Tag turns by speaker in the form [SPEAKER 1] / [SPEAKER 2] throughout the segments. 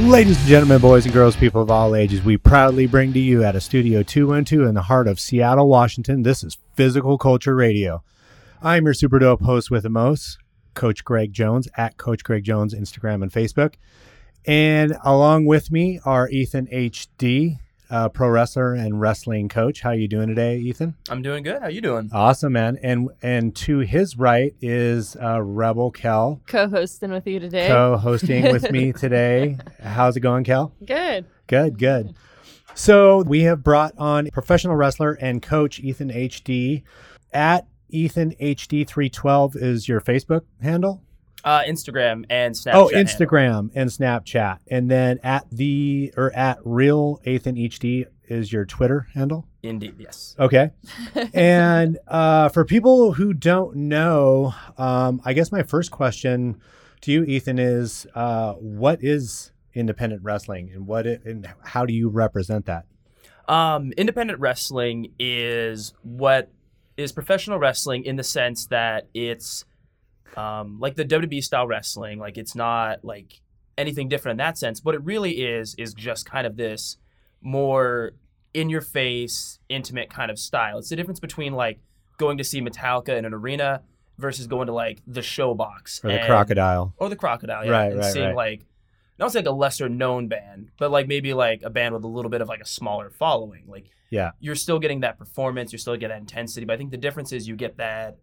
[SPEAKER 1] Ladies and gentlemen, boys and girls, people of all ages, we proudly bring to you out of Studio 212 in the heart of Seattle, Washington. This is Physical Culture Radio. I'm your super dope host with the most, Coach Greg Jones, at Coach Greg Jones, Instagram and Facebook. And along with me are Ethan HD, uh, pro wrestler and wrestling coach. How you doing today, Ethan?
[SPEAKER 2] I'm doing good. How you doing?
[SPEAKER 1] Awesome, man. And and to his right is uh, Rebel Kel,
[SPEAKER 3] co-hosting with you today.
[SPEAKER 1] co-hosting with me today. How's it going, Kel?
[SPEAKER 3] Good.
[SPEAKER 1] Good, good. So we have brought on professional wrestler and coach Ethan HD. At Ethan HD three twelve is your Facebook handle.
[SPEAKER 2] Uh, Instagram and Snapchat.
[SPEAKER 1] oh,
[SPEAKER 2] handle.
[SPEAKER 1] Instagram and Snapchat, and then at the or at real Ethan HD is your Twitter handle.
[SPEAKER 2] Indeed, yes.
[SPEAKER 1] Okay. and uh, for people who don't know, um, I guess my first question to you, Ethan, is uh, what is independent wrestling, and what it, and how do you represent that?
[SPEAKER 2] Um, independent wrestling is what is professional wrestling in the sense that it's um, like the WWE style wrestling. Like it's not like anything different in that sense. What it really is is just kind of this more in your face, intimate kind of style. It's the difference between like going to see Metallica in an arena versus going to like the showbox
[SPEAKER 1] Or the
[SPEAKER 2] and-
[SPEAKER 1] crocodile?
[SPEAKER 2] or the crocodile yeah,
[SPEAKER 1] Right,
[SPEAKER 2] and
[SPEAKER 1] right,
[SPEAKER 2] seeing
[SPEAKER 1] right.
[SPEAKER 2] like not say like a lesser known band but like maybe like a band with a little bit of like a smaller following like
[SPEAKER 1] Yeah.
[SPEAKER 2] you're still getting that performance you're still getting that intensity but i think the difference is you get that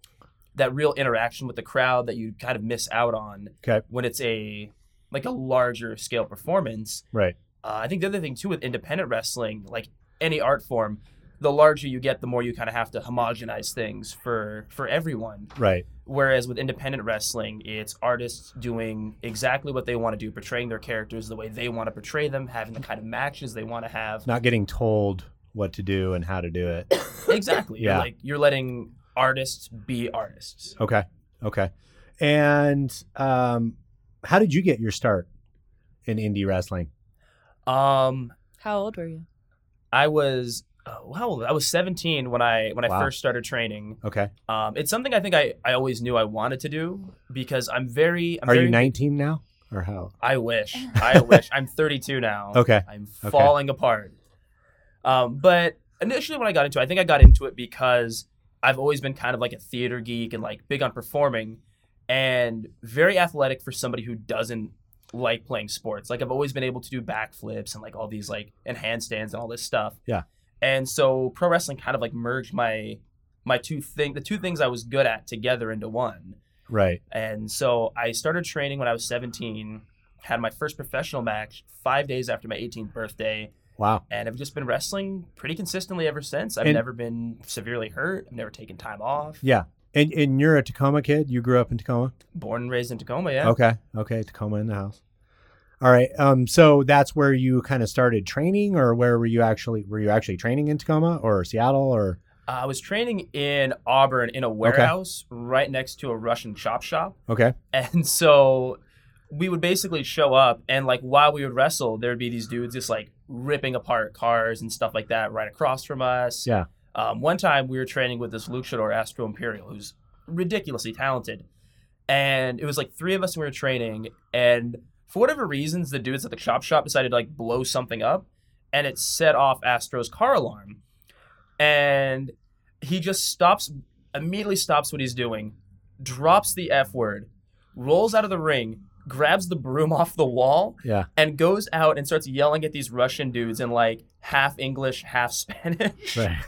[SPEAKER 2] that real interaction with the crowd that you kind of miss out on
[SPEAKER 1] Okay.
[SPEAKER 2] when it's a like a larger scale performance
[SPEAKER 1] Right.
[SPEAKER 2] uh, i think the other thing too with independent wrestling like any art form the larger you get the more you kind of have to homogenize things for for everyone
[SPEAKER 1] Right.
[SPEAKER 2] Whereas with independent wrestling, it's artists doing exactly what they want to do, portraying their characters the way they want to portray them, having the kind of matches they want to have.
[SPEAKER 1] Not getting told what to do and how to do it.
[SPEAKER 2] Exactly.
[SPEAKER 1] Yeah.
[SPEAKER 2] You're like you're letting artists be artists.
[SPEAKER 1] Okay. Okay. And um, how did you get your start in indie wrestling?
[SPEAKER 2] Um,
[SPEAKER 3] How old were you?
[SPEAKER 2] I was oh, how old? I was 17 when I when I
[SPEAKER 1] Wow.
[SPEAKER 2] first started training.
[SPEAKER 1] Okay.
[SPEAKER 2] Um, it's something I think I, I always knew I wanted to do because I'm very. I'm
[SPEAKER 1] Are
[SPEAKER 2] very,
[SPEAKER 1] you 19 now or how?
[SPEAKER 2] I wish. I wish. I'm 32 now.
[SPEAKER 1] Okay.
[SPEAKER 2] I'm
[SPEAKER 1] Okay.
[SPEAKER 2] falling apart. Um, but initially, when I got into it, I think I got into it because I've always been kind of like a theater geek and like big on performing and very athletic for somebody who doesn't like playing sports. Like, I've always been able to do backflips and like all these like and handstands and all this stuff.
[SPEAKER 1] Yeah.
[SPEAKER 2] And so pro wrestling kind of like merged my my two thing the two things I was good at together into one.
[SPEAKER 1] Right.
[SPEAKER 2] And so I started training when I was 17, had my first professional match five days after my 18th birthday,
[SPEAKER 1] Wow.
[SPEAKER 2] and I've just been wrestling pretty consistently ever since. I've
[SPEAKER 1] And-
[SPEAKER 2] never been severely hurt, I've never taken time off.
[SPEAKER 1] Yeah. And and you're a Tacoma kid. You grew up in Tacoma.
[SPEAKER 2] Born and raised in Tacoma, yeah.
[SPEAKER 1] Okay. Okay. Tacoma in the house. All right. Um. So that's where you kind of started training, or where were you actually were you actually training in Tacoma or Seattle or?
[SPEAKER 2] Uh, I was training in Auburn in a warehouse right next to a Russian chop shop.
[SPEAKER 1] Okay.
[SPEAKER 2] And so we would basically show up and like while we would wrestle, there would be these dudes just like ripping apart cars and stuff like that right across from us.
[SPEAKER 1] Yeah.
[SPEAKER 2] Um, one time we were training with this luchador Astro Imperial, who's ridiculously talented. And it was like three of us who were training, and for whatever reasons, the dudes at the chop shop decided to like blow something up, and it set off Astro's car alarm. And he just stops, immediately stops what he's doing, drops the F word, rolls out of the ring, grabs the broom off the wall,
[SPEAKER 1] Yeah.
[SPEAKER 2] and goes out and starts yelling at these Russian dudes in like half English, half Spanish.
[SPEAKER 1] Right.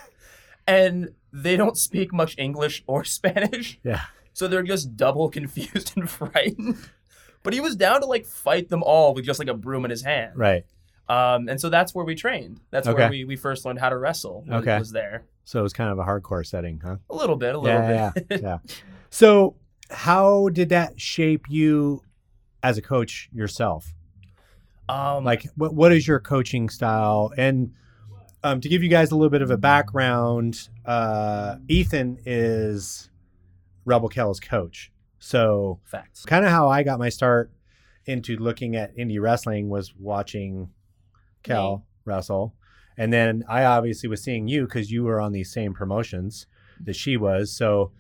[SPEAKER 2] And they don't speak much English or Spanish.
[SPEAKER 1] Yeah.
[SPEAKER 2] So they're just double confused and frightened. But he was down to like fight them all with just like a broom in his hand.
[SPEAKER 1] Right.
[SPEAKER 2] Um, and so that's where we trained. That's
[SPEAKER 1] Okay.
[SPEAKER 2] where we, we first learned how to wrestle. was-
[SPEAKER 1] Okay.
[SPEAKER 2] Was there.
[SPEAKER 1] So it was kind of a hardcore setting, huh?
[SPEAKER 2] A little bit, a little bit.
[SPEAKER 1] yeah, yeah, yeah. So, how did that shape you as a coach yourself?
[SPEAKER 2] Um,
[SPEAKER 1] Like, what what is your coaching style? And um, to give you guys a little bit of a background, uh, Ethan is Rebel Kell's coach. So,
[SPEAKER 2] facts.
[SPEAKER 1] kind of how I got my start into looking at indie wrestling was watching Kel wrestle. And then I obviously was seeing you because you were on these same promotions that she was. So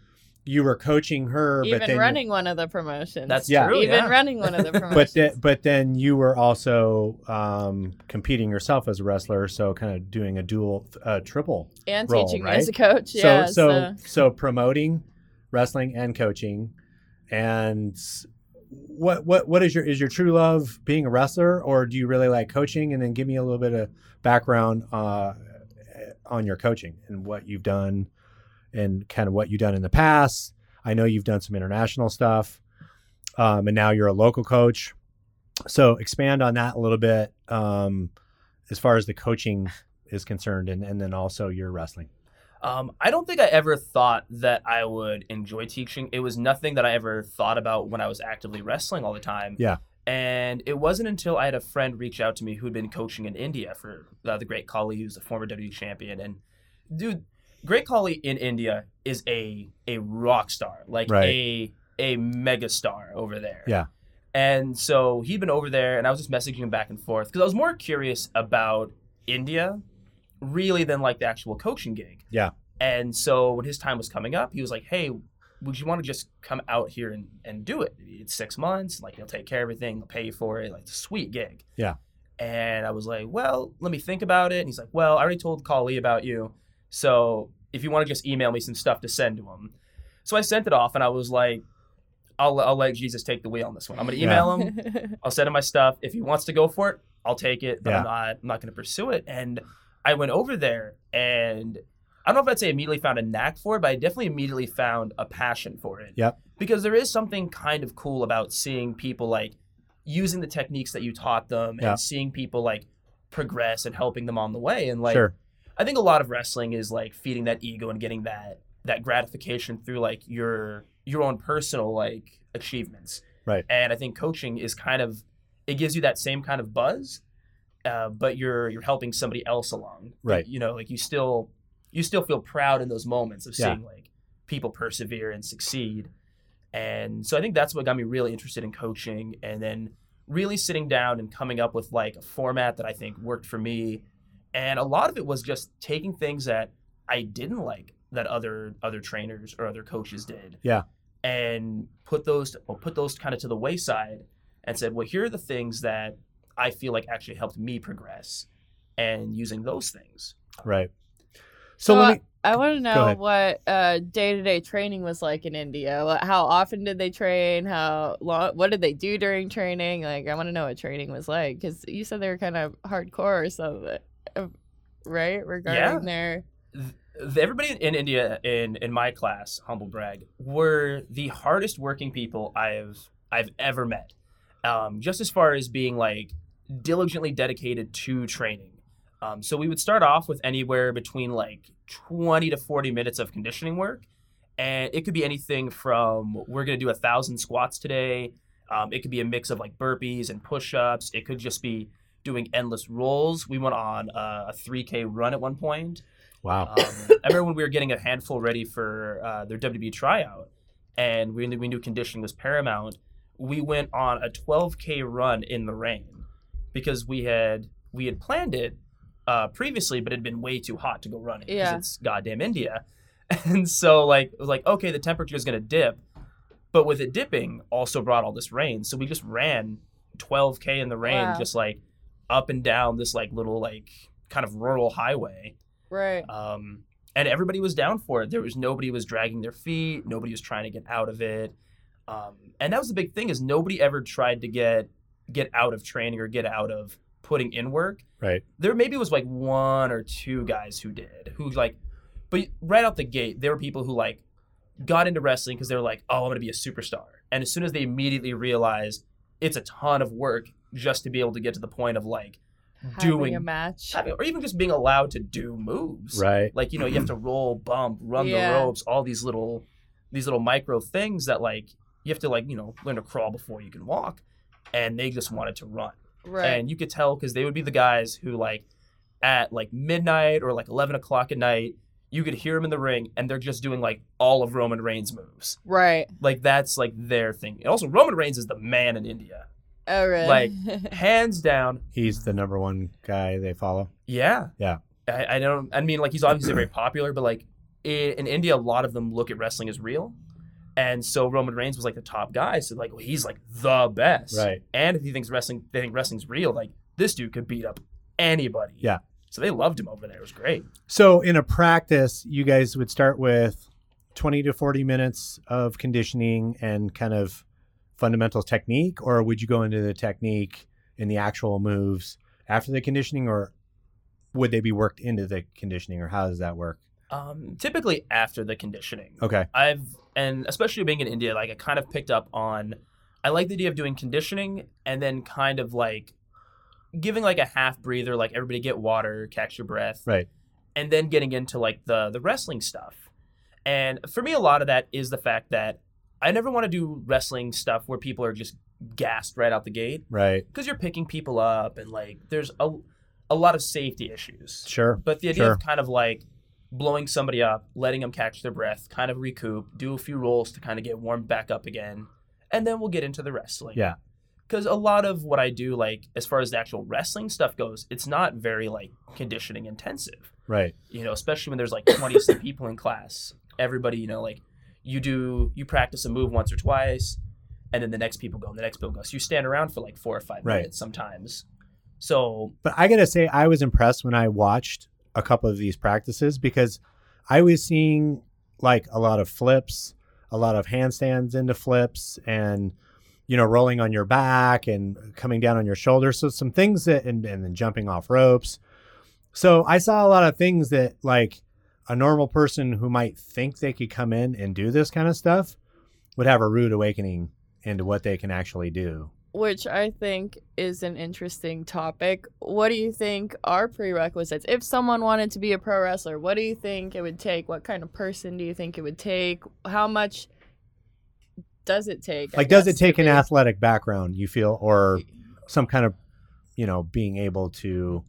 [SPEAKER 1] you were coaching her, but
[SPEAKER 3] Even
[SPEAKER 1] then
[SPEAKER 3] running one of the promotions.
[SPEAKER 2] That's
[SPEAKER 1] Yeah.
[SPEAKER 2] true.
[SPEAKER 3] even
[SPEAKER 2] yeah.
[SPEAKER 3] running one of the
[SPEAKER 1] but
[SPEAKER 3] promotions.
[SPEAKER 1] then, but then you were also um, competing yourself as a wrestler, so kind of doing a dual, uh, triple.
[SPEAKER 3] and
[SPEAKER 1] role,
[SPEAKER 3] teaching
[SPEAKER 1] right?
[SPEAKER 3] me as a coach. yeah.
[SPEAKER 1] so so so promoting wrestling and coaching, and what what what is your is your true love being a wrestler, or do you really like coaching? And then give me a little bit of background uh, on your coaching and what you've done, and kind of what you've done in the past. I know you've done some international stuff, um, and now you're a local coach. So expand on that a little bit um, as far as the coaching is concerned, and, and then also your wrestling.
[SPEAKER 2] Um, I don't think I ever thought that I would enjoy teaching. It was nothing that I ever thought about when I was actively wrestling all the time.
[SPEAKER 1] Yeah.
[SPEAKER 2] And it wasn't until I had a friend reach out to me who had been coaching in India for uh, the Great Kali, who's a former WWE champion. And dude, Great Kali in India is a a rock star, like a a mega star over there.
[SPEAKER 1] Yeah.
[SPEAKER 2] And so he'd been over there, and I was just messaging him back and forth because I was more curious about India, really, than like the actual coaching gig. And so when his time was coming up, he was like, "Hey, would you want to just come out here and, and do it? It's six months. Like they'll take care of everything. They'll pay you for it. Like it's a sweet gig."
[SPEAKER 1] Yeah.
[SPEAKER 2] And I was like, "Well, let me think about it." And he's like, "Well, I already told Kali about you, so if you want to just email me some stuff to send to him." So I sent it off, and I was like, "I'll I'll let Jesus take the wheel on this one. I'm gonna
[SPEAKER 1] Yeah.
[SPEAKER 2] email him. I'll send him my stuff. If he wants to go for it, I'll take it, but
[SPEAKER 1] Yeah.
[SPEAKER 2] I'm not I'm not gonna pursue it. And I went over there and I don't know if I'd say immediately found a knack for it, but I definitely immediately found a passion for it.
[SPEAKER 1] Yep.
[SPEAKER 2] Because there is something kind of cool about seeing people like using the techniques that you taught them
[SPEAKER 1] Yeah.
[SPEAKER 2] and seeing people like progress and helping them on the way. And like
[SPEAKER 1] sure.
[SPEAKER 2] I think a lot of wrestling is like feeding that ego and getting that that gratification through like your your own personal like achievements.
[SPEAKER 1] Right.
[SPEAKER 2] And I think coaching is kind of it gives you that same kind of buzz, uh, but you're you're helping somebody else along.
[SPEAKER 1] Right.
[SPEAKER 2] You know, like you still you still feel proud in those moments of
[SPEAKER 1] Yeah.
[SPEAKER 2] seeing like people persevere and succeed. And so I think that's what got me really interested in coaching and then really sitting down and coming up with like a format that I think worked for me. And a lot of it was just taking things that I didn't like that other other trainers or other coaches did.
[SPEAKER 1] Yeah.
[SPEAKER 2] And put those well, put those kind of to the wayside and said, well, here are the things that I feel like actually helped me progress and using those things.
[SPEAKER 1] Right. So,
[SPEAKER 3] So,
[SPEAKER 1] let me.
[SPEAKER 3] I want to know
[SPEAKER 1] ahead.
[SPEAKER 3] what uh, day-to-day training was like in India. Like, How often did they train? How long? What did they do during training? Like, I want to know what training was like because you said they were kind of hardcore or something, uh, right? Regarding their
[SPEAKER 2] Th- Everybody in India in in my class, humble brag, were the hardest working people I've I've ever met. Um, just as far as being like diligently dedicated to training. Um, so we would start off with anywhere between like 20 to 40 minutes of conditioning work, and it could be anything from we're gonna do a thousand squats today. Um, it could be a mix of like burpees and push-ups. It could just be doing endless rolls. We went on uh, a 3K run at one point.
[SPEAKER 1] Wow.
[SPEAKER 2] Um, I remember when we were getting a handful ready for uh, their WWE tryout, and we knew, we knew conditioning was paramount. We went on a 12k run in the rain because we had we had planned it uh, previously, but it had been way too hot to go running because
[SPEAKER 3] Yeah.
[SPEAKER 2] it's goddamn India. And so like it was like okay, the temperature is gonna dip, but with it dipping, also brought all this rain. So we just ran 12k in the rain,
[SPEAKER 3] Wow.
[SPEAKER 2] just like up and down this like little like kind of rural highway
[SPEAKER 3] right.
[SPEAKER 2] um, and everybody was down for it. There was nobody was dragging their feet. Nobody was trying to get out of it. Um, and that was the big thing is nobody ever tried to get get out of training or get out of putting in work.
[SPEAKER 1] Right.
[SPEAKER 2] There maybe was like one or two guys who did who like, but right out the gate there were people who like got into wrestling because they were like, oh, I'm gonna be a superstar. And as soon as they immediately realized it's a ton of work just to be able to get to the point of like
[SPEAKER 3] Having
[SPEAKER 2] doing
[SPEAKER 3] a match.
[SPEAKER 2] having- or even just being allowed to do moves
[SPEAKER 1] Right.
[SPEAKER 2] like you know you have to roll bump run
[SPEAKER 3] Mm-hmm. Yeah.
[SPEAKER 2] the ropes all these little these little micro things that like you have to like you know learn to crawl before you can walk and they just wanted to run
[SPEAKER 3] Right.
[SPEAKER 2] and you could tell because they would be the guys who like at like midnight or like 11 o'clock at night you could hear them in the ring and they're just doing like all of roman reigns moves
[SPEAKER 3] Right.
[SPEAKER 2] like that's like their thing and also roman reigns is the man in india
[SPEAKER 3] Oh, really?
[SPEAKER 2] like- hands down
[SPEAKER 1] He's the number one guy they follow.
[SPEAKER 2] Yeah.
[SPEAKER 1] Yeah.
[SPEAKER 2] I, I don't. I mean, like he's obviously very popular, but like i in India, a lot of them look at wrestling as real. And so Roman Reigns was like the top guy. So like well, he's like the best.
[SPEAKER 1] Right.
[SPEAKER 2] And if he thinks wrestling they think wrestling's real, like this dude could beat up anybody.
[SPEAKER 1] Yeah.
[SPEAKER 2] So they loved him over there. It was great.
[SPEAKER 1] So in a practice, you guys would start with 20 to 40 minutes of conditioning and kind of fundamental technique, or would you go into the technique in the actual moves after the conditioning, or would they be worked into the conditioning, or how does that work?
[SPEAKER 2] Um, typically after the conditioning.
[SPEAKER 1] Okay.
[SPEAKER 2] I've and especially being in India, like I kind of picked up on I like the idea of doing conditioning and then kind of like giving like a half breather, like everybody get water, catch your breath.
[SPEAKER 1] Right.
[SPEAKER 2] And then getting into like the the wrestling stuff. And for me a lot of that is the fact that I never want to do wrestling stuff where people are just gassed right out the gate
[SPEAKER 1] Right.
[SPEAKER 2] because you're picking people up and like there's a a lot of safety issues.
[SPEAKER 1] Sure.
[SPEAKER 2] But the idea
[SPEAKER 1] Sure.
[SPEAKER 2] of kind of like blowing somebody up, letting them catch their breath, kind of recoup, do a few rolls to kind of get warmed back up again, and then we'll get into the wrestling.
[SPEAKER 1] Yeah.
[SPEAKER 2] Because a lot of what I do, like as far as the actual wrestling stuff goes, it's not very like conditioning intensive.
[SPEAKER 1] Right.
[SPEAKER 2] You know, especially when there's like 20 some people in class, everybody, you know, like you do, you practice a move once or twice, and then the next people go, and the next people go. So you stand around for like four or five
[SPEAKER 1] Right.
[SPEAKER 2] minutes sometimes. So
[SPEAKER 1] But I gotta say, I was impressed when I watched a couple of these practices because I was seeing like a lot of flips, a lot of handstands into flips, and you know, rolling on your back and coming down on your shoulder. So some things that, and, and then jumping off ropes. So I saw a lot of things that like a normal person who might think they could come in and do this kind of stuff would have a rude awakening into what they can actually do.
[SPEAKER 3] which I think is an interesting topic. What do you think are prerequisites? If someone wanted to be a pro wrestler, what do you think it would take? What kind of person do you think it would take? How much does it take? I
[SPEAKER 1] like does it
[SPEAKER 3] guess, to
[SPEAKER 1] take an
[SPEAKER 3] be-
[SPEAKER 1] athletic background you feel or some kind of you know being able to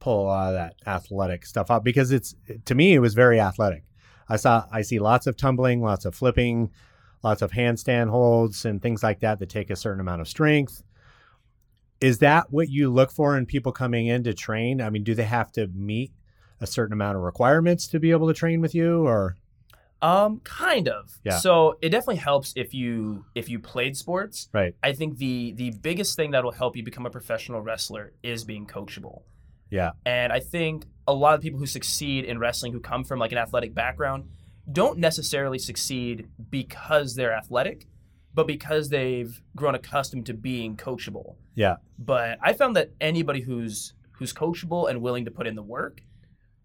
[SPEAKER 1] pull a lot of that athletic stuff out because it's to me it was very athletic i saw i see lots of tumbling lots of flipping lots of handstand holds and things like that that take a certain amount of strength is that what you look for in people coming in to train i mean do they have to meet a certain amount of requirements to be able to train with you or
[SPEAKER 2] Um, kind of.
[SPEAKER 1] Yeah.
[SPEAKER 2] So it definitely helps if you if you played sports.
[SPEAKER 1] Right.
[SPEAKER 2] I think the the biggest thing that will help you become a professional wrestler is being coachable.
[SPEAKER 1] Yeah.
[SPEAKER 2] And I think a lot of people who succeed in wrestling who come from like an athletic background don't necessarily succeed because they're athletic, but because they've grown accustomed to being coachable.
[SPEAKER 1] Yeah.
[SPEAKER 2] But I found that anybody who's who's coachable and willing to put in the work,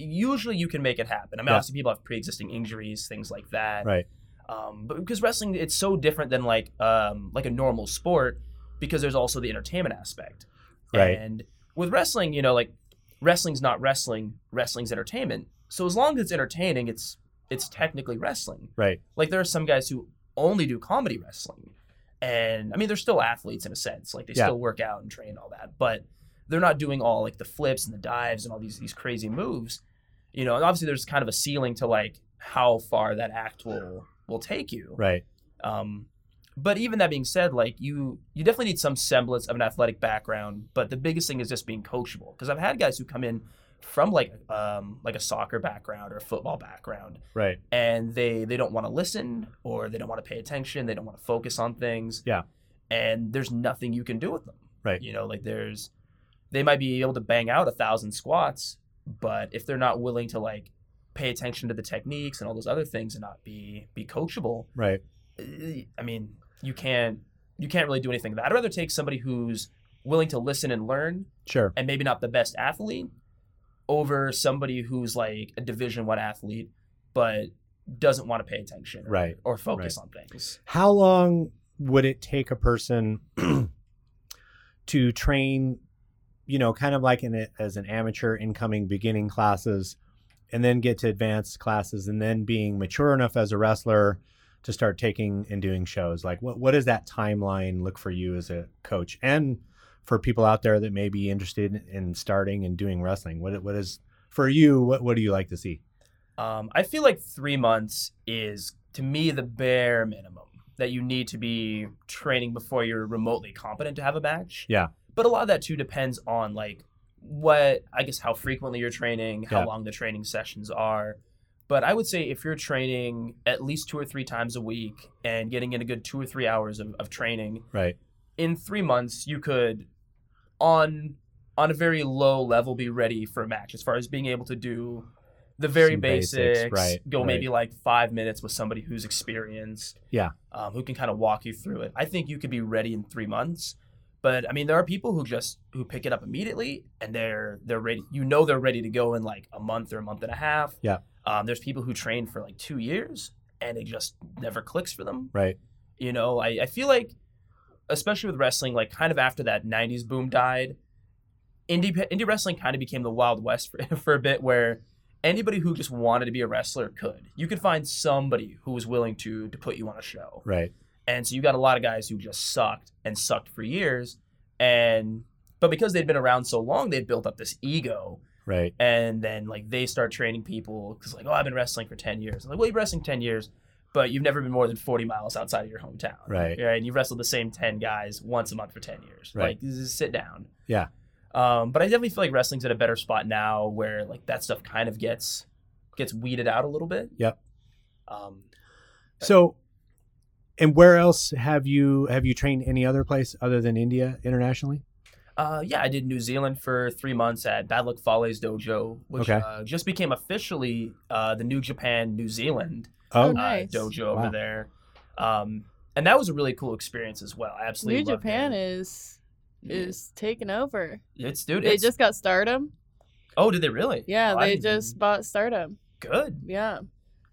[SPEAKER 2] usually you can make it happen. I mean,
[SPEAKER 1] Yeah.
[SPEAKER 2] obviously people have pre-existing injuries, things like that.
[SPEAKER 1] Right.
[SPEAKER 2] Um, but because wrestling, it's so different than like um, like a normal sport because there's also the entertainment aspect.
[SPEAKER 1] Right.
[SPEAKER 2] And with wrestling, you know, like wrestling's not wrestling, wrestling's entertainment. So as long as it's entertaining, it's it's technically wrestling.
[SPEAKER 1] right
[SPEAKER 2] Like there are some guys who only do comedy wrestling. And I mean they're still athletes in a sense. Like they
[SPEAKER 1] Yeah.
[SPEAKER 2] still work out and train and all that, but they're not doing all like the flips and the dives and all these these crazy moves. You know, and obviously there's kind of a ceiling to like how far that act will will take you.
[SPEAKER 1] right
[SPEAKER 2] Um, but even that being said, like you, you definitely need some semblance of an athletic background. But the biggest thing is just being coachable. Because I've had guys who come in from like um, like a soccer background or a football background,
[SPEAKER 1] right
[SPEAKER 2] and they they don't want to listen or they don't want to pay attention. They don't want to focus on things.
[SPEAKER 1] Yeah.
[SPEAKER 2] And there's nothing you can do with them.
[SPEAKER 1] Right.
[SPEAKER 2] You know, like there's, they might be able to bang out a thousand squats, but if they're not willing to like pay attention to the techniques and all those other things and not be be coachable, eh,
[SPEAKER 1] right
[SPEAKER 2] I mean, you can't you can't really do anything. I'd rather take somebody who's willing to listen and learn,
[SPEAKER 1] Sure.
[SPEAKER 2] and maybe not the best athlete, over somebody who's like a Division One athlete, but doesn't want to pay attention, or,
[SPEAKER 1] Right.
[SPEAKER 2] or focus on things.
[SPEAKER 1] How long would it take a person to train, you know, kind of like in a, as an amateur incoming beginning classes and then get to advanced classes and then being mature enough as a wrestler to start taking and doing shows? Like what what does that timeline look for you as a coach and for people out there that may be interested in starting and doing wrestling? What what is for you, what what do you like to see?
[SPEAKER 2] Um, I feel like three months is to me the bare minimum that you need to be training before you're remotely competent to have a match.
[SPEAKER 1] Yeah.
[SPEAKER 2] But a lot of that too depends on like what I guess how frequently you're training, how
[SPEAKER 1] Yeah.
[SPEAKER 2] long the training sessions are, But I would say if you're training at least two or three times a week and getting in a good two or three hours of, of training,
[SPEAKER 1] Right.
[SPEAKER 2] in three months you could on on a very low level be ready for a match as far as being able to do the very
[SPEAKER 1] Some
[SPEAKER 2] basics,
[SPEAKER 1] basics, right,
[SPEAKER 2] go
[SPEAKER 1] right.
[SPEAKER 2] maybe like five minutes with somebody who's experienced
[SPEAKER 1] Yeah.
[SPEAKER 2] um, who can kind of walk you through it i think you could be ready in three months but i mean there are people who just who pick it up immediately and they're they're ready you know they're ready to go in like a month or a month and a half
[SPEAKER 1] Yeah.
[SPEAKER 2] um, there's people who train for like two years and it just never clicks for them
[SPEAKER 1] Right.
[SPEAKER 2] you know, I, I feel like, especially with wrestling, like kind of after that 90s boom died, indie, indie wrestling kind of became the Wild West for, for a bit where anybody who just wanted to be a wrestler could. You could find somebody who was willing to, to put you on a show.
[SPEAKER 1] Right.
[SPEAKER 2] And so you got a lot of guys who just sucked and sucked for years. And, but because they'd been around so long, they'd built up this ego
[SPEAKER 1] Right.
[SPEAKER 2] and then like they start training people because like oh i've been wrestling for 10 years like well you've been wrestling 10 years but you've never been more than 40 miles outside of your hometown
[SPEAKER 1] Right.
[SPEAKER 2] yeah and you've wrestled the same 10 guys once a month for 10 years
[SPEAKER 1] Right.
[SPEAKER 2] like this is sit down
[SPEAKER 1] Yeah.
[SPEAKER 2] um but i definitely feel like wrestling's at a better spot now where like that stuff kind of gets gets weeded out a little bit
[SPEAKER 1] Yep.
[SPEAKER 2] um
[SPEAKER 1] So, and where else have you have you trained any other place other than India internationally?
[SPEAKER 2] Uh, yeah, I did New Zealand for three months at Bad Luck Fale's dojo, which
[SPEAKER 1] Okay.
[SPEAKER 2] uh, just became officially uh, the New Japan New Zealand
[SPEAKER 1] Oh,
[SPEAKER 3] Oh, no. Nice.
[SPEAKER 2] uh, dojo over
[SPEAKER 1] Wow.
[SPEAKER 2] there. Um, and that was a really cool experience as well. I absolutely
[SPEAKER 3] New
[SPEAKER 2] loved
[SPEAKER 3] Japan
[SPEAKER 2] it.
[SPEAKER 3] is is taking over.
[SPEAKER 2] It's dude.
[SPEAKER 3] They
[SPEAKER 2] it's-
[SPEAKER 3] just got Stardom.
[SPEAKER 2] oh, did they really?
[SPEAKER 3] Yeah,
[SPEAKER 2] Oh, I
[SPEAKER 3] they
[SPEAKER 2] didn't even-
[SPEAKER 3] just bought Stardom.
[SPEAKER 2] good.
[SPEAKER 3] Yeah.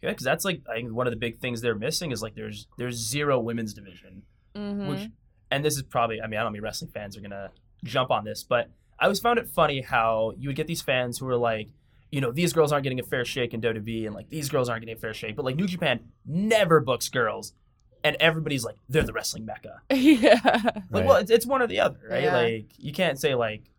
[SPEAKER 2] Yeah, because that's like I think one of the big things they're missing is like there's there's zero women's division,
[SPEAKER 3] hmm
[SPEAKER 2] which and this is probably I mean I don't mean wrestling fans are gonna jump on this, but I always found it funny how you would get these fans who were like. You know these girls aren't getting a fair shake in WWE, and like these girls aren't getting a fair shake. But like New Japan never books girls, and everybody's like they're the wrestling mecca.
[SPEAKER 3] yeah.
[SPEAKER 2] Like,
[SPEAKER 1] Right.
[SPEAKER 2] Oh, well, it's, it's one or the other, right?
[SPEAKER 3] Yeah.
[SPEAKER 2] Like, you can't say like,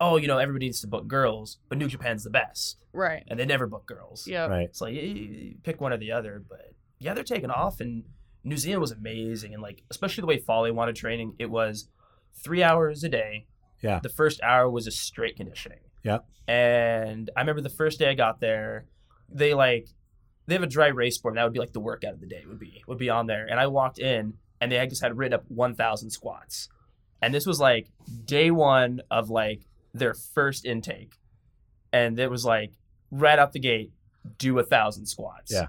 [SPEAKER 2] oh, you know, everybody needs to book girls, but New Japan's the best,
[SPEAKER 3] Right.
[SPEAKER 2] and they never book girls.
[SPEAKER 3] Yeah.
[SPEAKER 1] right.
[SPEAKER 2] It's like you, you pick one or the other, but yeah, they're taking off, and New Zealand was amazing, and like especially the way Foley wanted training, it was three hours a day.
[SPEAKER 1] Yeah.
[SPEAKER 2] The first hour was just straight conditioning.
[SPEAKER 1] Yep.
[SPEAKER 2] And I remember the first day I got there, they like they have a dry race board, and that would be like the workout of the day would be would be on there, and I walked in, and they had just had written up one thousand squats, and this was like day one of like their first intake, and it was like right out the gate, do a thousand squats.
[SPEAKER 1] Yeah.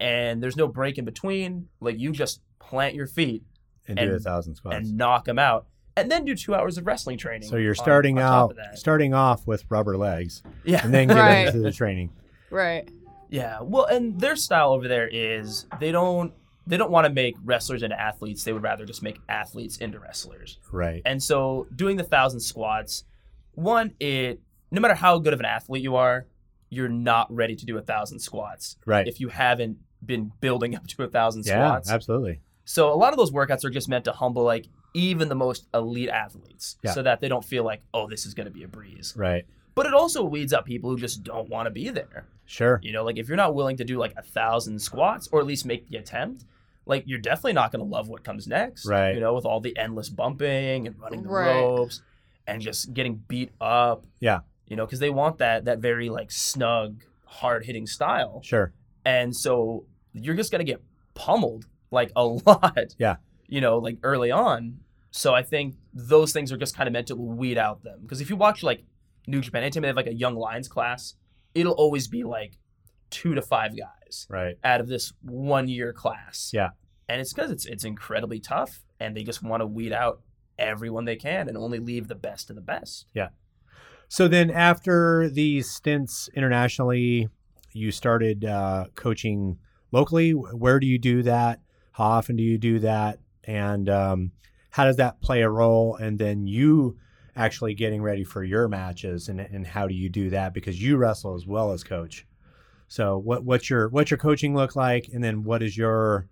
[SPEAKER 2] And there's no break in between. Like you just plant your feet
[SPEAKER 1] And, do a
[SPEAKER 2] and-
[SPEAKER 1] thousand squats.
[SPEAKER 2] and knock them out, and then do two hours of wrestling training.
[SPEAKER 1] so you're
[SPEAKER 2] on-
[SPEAKER 1] starting
[SPEAKER 2] on top
[SPEAKER 1] out
[SPEAKER 2] of that.
[SPEAKER 1] starting off with rubber legs
[SPEAKER 2] yeah,
[SPEAKER 1] and then get
[SPEAKER 3] Right.
[SPEAKER 1] into the training.
[SPEAKER 3] Right.
[SPEAKER 2] yeah. Well, and their style over there is they don't they don't want to make wrestlers into athletes. They would rather just make athletes into wrestlers.
[SPEAKER 1] Right.
[SPEAKER 2] And so doing the thousand squats, one, it no matter how good of an athlete you are, you're not ready to do a thousand squats
[SPEAKER 1] Right.
[SPEAKER 2] if you haven't been building up to a thousand
[SPEAKER 1] Yeah,
[SPEAKER 2] squats.
[SPEAKER 1] absolutely.
[SPEAKER 2] So a lot of those workouts are just meant to humble like even the most elite athletes
[SPEAKER 1] Yeah.
[SPEAKER 2] so that they don't feel like, oh, this is gonna be a breeze.
[SPEAKER 1] Right.
[SPEAKER 2] But it also weeds out people who just don't wanna be there.
[SPEAKER 1] Sure.
[SPEAKER 2] You know, like if you're not willing to do like a thousand squats or at least make the attempt, like you're definitely not going to love what comes next.
[SPEAKER 1] Right.
[SPEAKER 2] You know, with all the endless bumping and running the
[SPEAKER 3] Right.
[SPEAKER 2] ropes and just getting beat up.
[SPEAKER 1] Yeah.
[SPEAKER 2] You know, because they want that that very like snug, hard hitting style,
[SPEAKER 1] Sure.
[SPEAKER 2] and so you're just going to get pummeled like a lot.
[SPEAKER 1] Yeah.
[SPEAKER 2] You know, like early on. So I think those things are just kind of meant to weed out them because if you watch like New Japan, anytime they have like a young lions class, it'll always be like two to five guys
[SPEAKER 1] Right.
[SPEAKER 2] out of this one year class.
[SPEAKER 1] Yeah.
[SPEAKER 2] And it's because it's it's incredibly tough and they just want to weed out everyone they can and only leave the best of the best.
[SPEAKER 1] So then after these stints internationally, you started uh, coaching locally. Where do you do that? How often do you do that? And um, how does that play a role? And then you actually getting ready for your matches and, and how do you do that? Because you wrestle as well as coach. So what what's your what's your coaching look like? And then what does your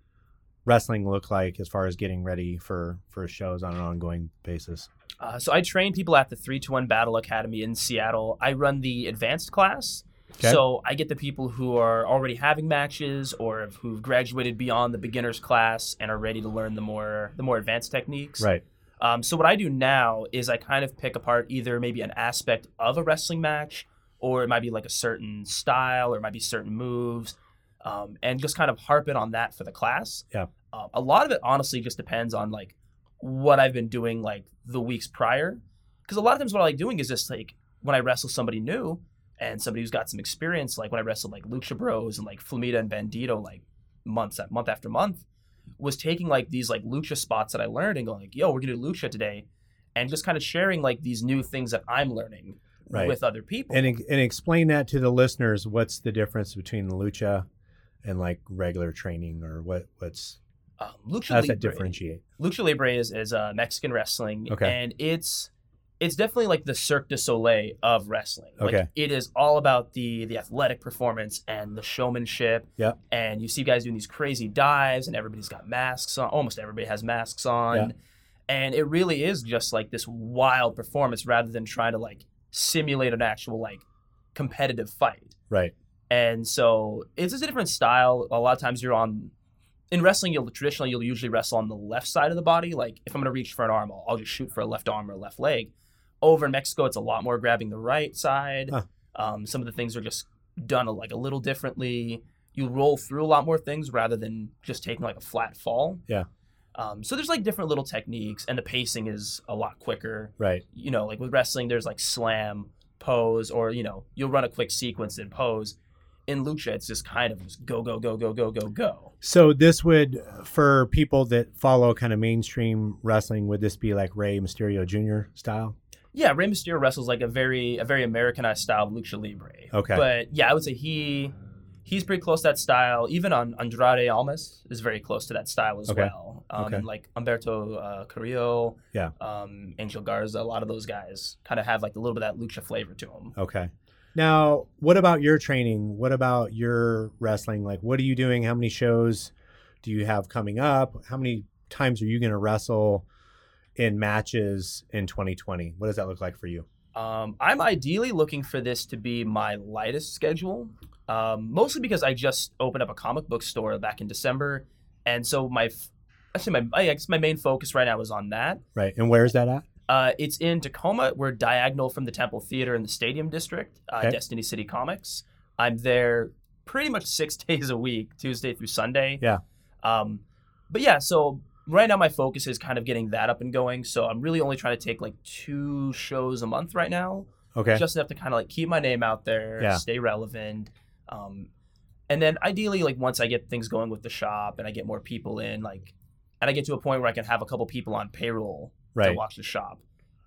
[SPEAKER 1] wrestling look like as far as getting ready for for shows on an ongoing basis?
[SPEAKER 2] Uh, so I train people at the 321 Battle Academy in Seattle. I run the advanced class.
[SPEAKER 1] Okay.
[SPEAKER 2] So I get the people who are already having matches or who've graduated beyond the beginners class and are ready to learn the more the more advanced techniques.
[SPEAKER 1] Right.
[SPEAKER 2] Um, so what I do now is I kind of pick apart either maybe an aspect of a wrestling match, or it might be like a certain style, or it might be certain moves, um, and just kind of harping on that for the class.
[SPEAKER 1] Yeah.
[SPEAKER 2] Um, a lot of it honestly just depends on like what I've been doing like the weeks prior, because a lot of times what I like doing is just like when I wrestle somebody new and somebody who's got some experience, like when I wrestled like Luke Bros and like Flamita and Bandito like months month after month, was taking like these like lucha spots that I learned and going like, yo, we're gonna do lucha today, and just kind of sharing like these new things that I'm learning
[SPEAKER 1] Right.
[SPEAKER 2] with other people.
[SPEAKER 1] and ex- and explain that to the listeners. What's the difference between lucha and like regular training, or what what's
[SPEAKER 2] um, lucha
[SPEAKER 1] how does that
[SPEAKER 2] Libre-
[SPEAKER 1] differentiate?
[SPEAKER 2] Lucha Libre is is uh, Mexican wrestling,
[SPEAKER 1] Okay.
[SPEAKER 2] and it's it's definitely like the Cirque du Soleil of wrestling.
[SPEAKER 1] Okay.
[SPEAKER 2] Like it is all about the the athletic performance and the showmanship.
[SPEAKER 1] Yeah.
[SPEAKER 2] And you see guys doing these crazy dives, and everybody's got masks on. Almost everybody has masks on,
[SPEAKER 1] Yeah.
[SPEAKER 2] and it really is just like this wild performance rather than trying to like simulate an actual like competitive fight.
[SPEAKER 1] Right.
[SPEAKER 2] And so it's just a different style. A lot of times you're on in wrestling. You'll traditionally you'll usually wrestle on the left side of the body. Like if I'm gonna reach for an arm, I'll, I'll just shoot for a left arm or a left leg. Over in Mexico, it's a lot more grabbing the right side.
[SPEAKER 1] Huh.
[SPEAKER 2] Um, some of the things are just done a, like a little differently. You roll through a lot more things rather than just taking like a flat fall.
[SPEAKER 1] Yeah.
[SPEAKER 2] Um, so there's like different little techniques, and the pacing is a lot quicker
[SPEAKER 1] Right.
[SPEAKER 2] you know, like with wrestling, there's like slam, pose, or you know, you'll run a quick sequence and pose. In lucha, it's just kind of just go, go, go, go, go, go, go.
[SPEAKER 1] So this would for people that follow kind of mainstream wrestling, would this be like Rey Mysterio Jr. style?
[SPEAKER 2] Yeah, Rey Mysterio wrestles like a very, a very Americanized style of lucha libre.
[SPEAKER 1] Okay.
[SPEAKER 2] but yeah, I would say he, he's pretty close to that style. Even on Andrade Almas is very close to that style as
[SPEAKER 1] Okay.
[SPEAKER 2] well. Um,
[SPEAKER 1] Okay.
[SPEAKER 2] And like Humberto uh, Carrillo,
[SPEAKER 1] Yeah.
[SPEAKER 2] um, Angel Garza, a lot of those guys kind of have like a little bit of that lucha flavor to them.
[SPEAKER 1] Okay. Now, what about your training? What about your wrestling? Like, what are you doing? How many shows do you have coming up? How many times are you going to wrestle in matches in 2020? What does that look like for you?
[SPEAKER 2] Um, I'm ideally looking for this to be my lightest schedule, um, mostly because I just opened up a comic book store back in December, and so my f- actually my I guess my main focus right now is on that.
[SPEAKER 1] Right. And where's that at?
[SPEAKER 2] Uh, it's in Tacoma. We're diagonal from the Temple Theater in the Stadium District, uh,
[SPEAKER 1] Okay.
[SPEAKER 2] Destiny City Comics. I'm there pretty much six days a week, Tuesday through Sunday.
[SPEAKER 1] Yeah.
[SPEAKER 2] Um, but yeah, so right now my focus is kind of getting that up and going. So I'm really only trying to take like two shows a month right now
[SPEAKER 1] Okay.
[SPEAKER 2] just enough to kind of like keep my name out there,
[SPEAKER 1] Yeah.
[SPEAKER 2] stay relevant. Um, and then ideally, like once I get things going with the shop and I get more people in, like, and I get to a point where I can have a couple people on payroll to
[SPEAKER 1] right.
[SPEAKER 2] watch the shop.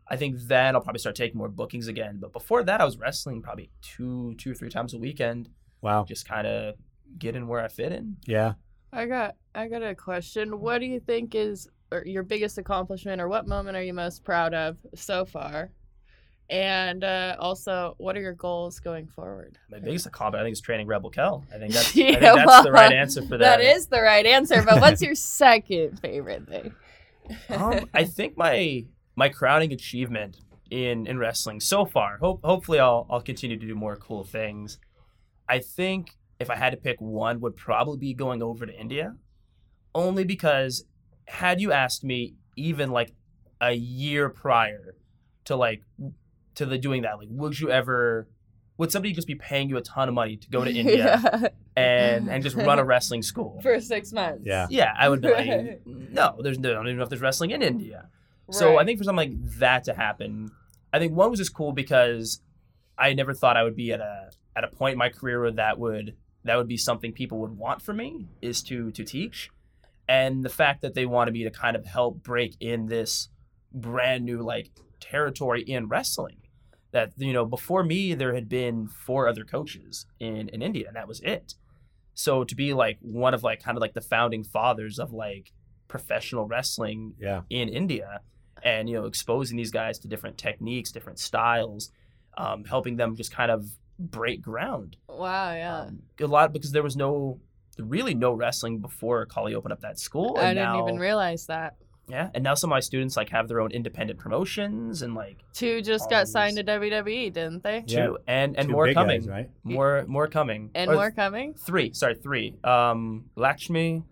[SPEAKER 2] I think then I'll probably start taking more bookings again. But before that, I was wrestling probably two, two or three times a weekend,
[SPEAKER 1] Wow.
[SPEAKER 2] just kind of getting where I fit in.
[SPEAKER 1] Yeah.
[SPEAKER 3] I got I got a question. What do you think is or your biggest accomplishment or what moment are you most proud of so far? And uh, also, what are your goals going forward?
[SPEAKER 2] My biggest accomplishment, I think, is training Rebel Kel. I think that's, I
[SPEAKER 3] Yeah,
[SPEAKER 2] think that's the right
[SPEAKER 3] well,
[SPEAKER 2] answer for
[SPEAKER 3] That is the right answer, but what's your second favorite thing?
[SPEAKER 2] um, I think my my crowning achievement in in wrestling so far. Hope hopefully I'll I'll continue to do more cool things. I think if I had to pick one, would probably be going over to India, only because had you asked me even like a year prior to like to the doing that, like would you ever? Would somebody just be paying you a ton of money to go to India and and just run a wrestling school?
[SPEAKER 3] for six months.
[SPEAKER 1] Yeah.
[SPEAKER 2] yeah, I would be like, no, there's no, I don't even know if there's wrestling in India. So I
[SPEAKER 3] Right.
[SPEAKER 2] think for something like that to happen, I think one was just cool because I never thought I would be at a at a point in my career where that would that would be something people would want from me is to to teach, and the fact that they wanted me to kind of help break in this brand new like territory in wrestling. That you know before me there had been four other coaches in in India and that was it. So to be like one of like kind of like the founding fathers of like professional wrestling
[SPEAKER 1] Yeah.
[SPEAKER 2] in India and you know exposing these guys to different techniques, different styles, um, helping them just kind of break ground.
[SPEAKER 3] Wow, yeah.
[SPEAKER 2] Um, a lot because there was no really no wrestling before Kali opened up that school.
[SPEAKER 3] I
[SPEAKER 2] and
[SPEAKER 3] didn't
[SPEAKER 2] now-
[SPEAKER 3] even realize that.
[SPEAKER 2] yeah, and now some of my students like have their own independent promotions and like
[SPEAKER 3] Two just
[SPEAKER 2] All
[SPEAKER 3] got
[SPEAKER 2] these-
[SPEAKER 3] signed to WWE, didn't they?
[SPEAKER 1] Yeah.
[SPEAKER 2] two and and
[SPEAKER 1] Two
[SPEAKER 2] more
[SPEAKER 1] big guys,
[SPEAKER 2] coming,
[SPEAKER 1] right?
[SPEAKER 2] more more coming,
[SPEAKER 3] And
[SPEAKER 2] Or
[SPEAKER 3] more coming?
[SPEAKER 2] three. Sorry, three. Um, Lakshmi,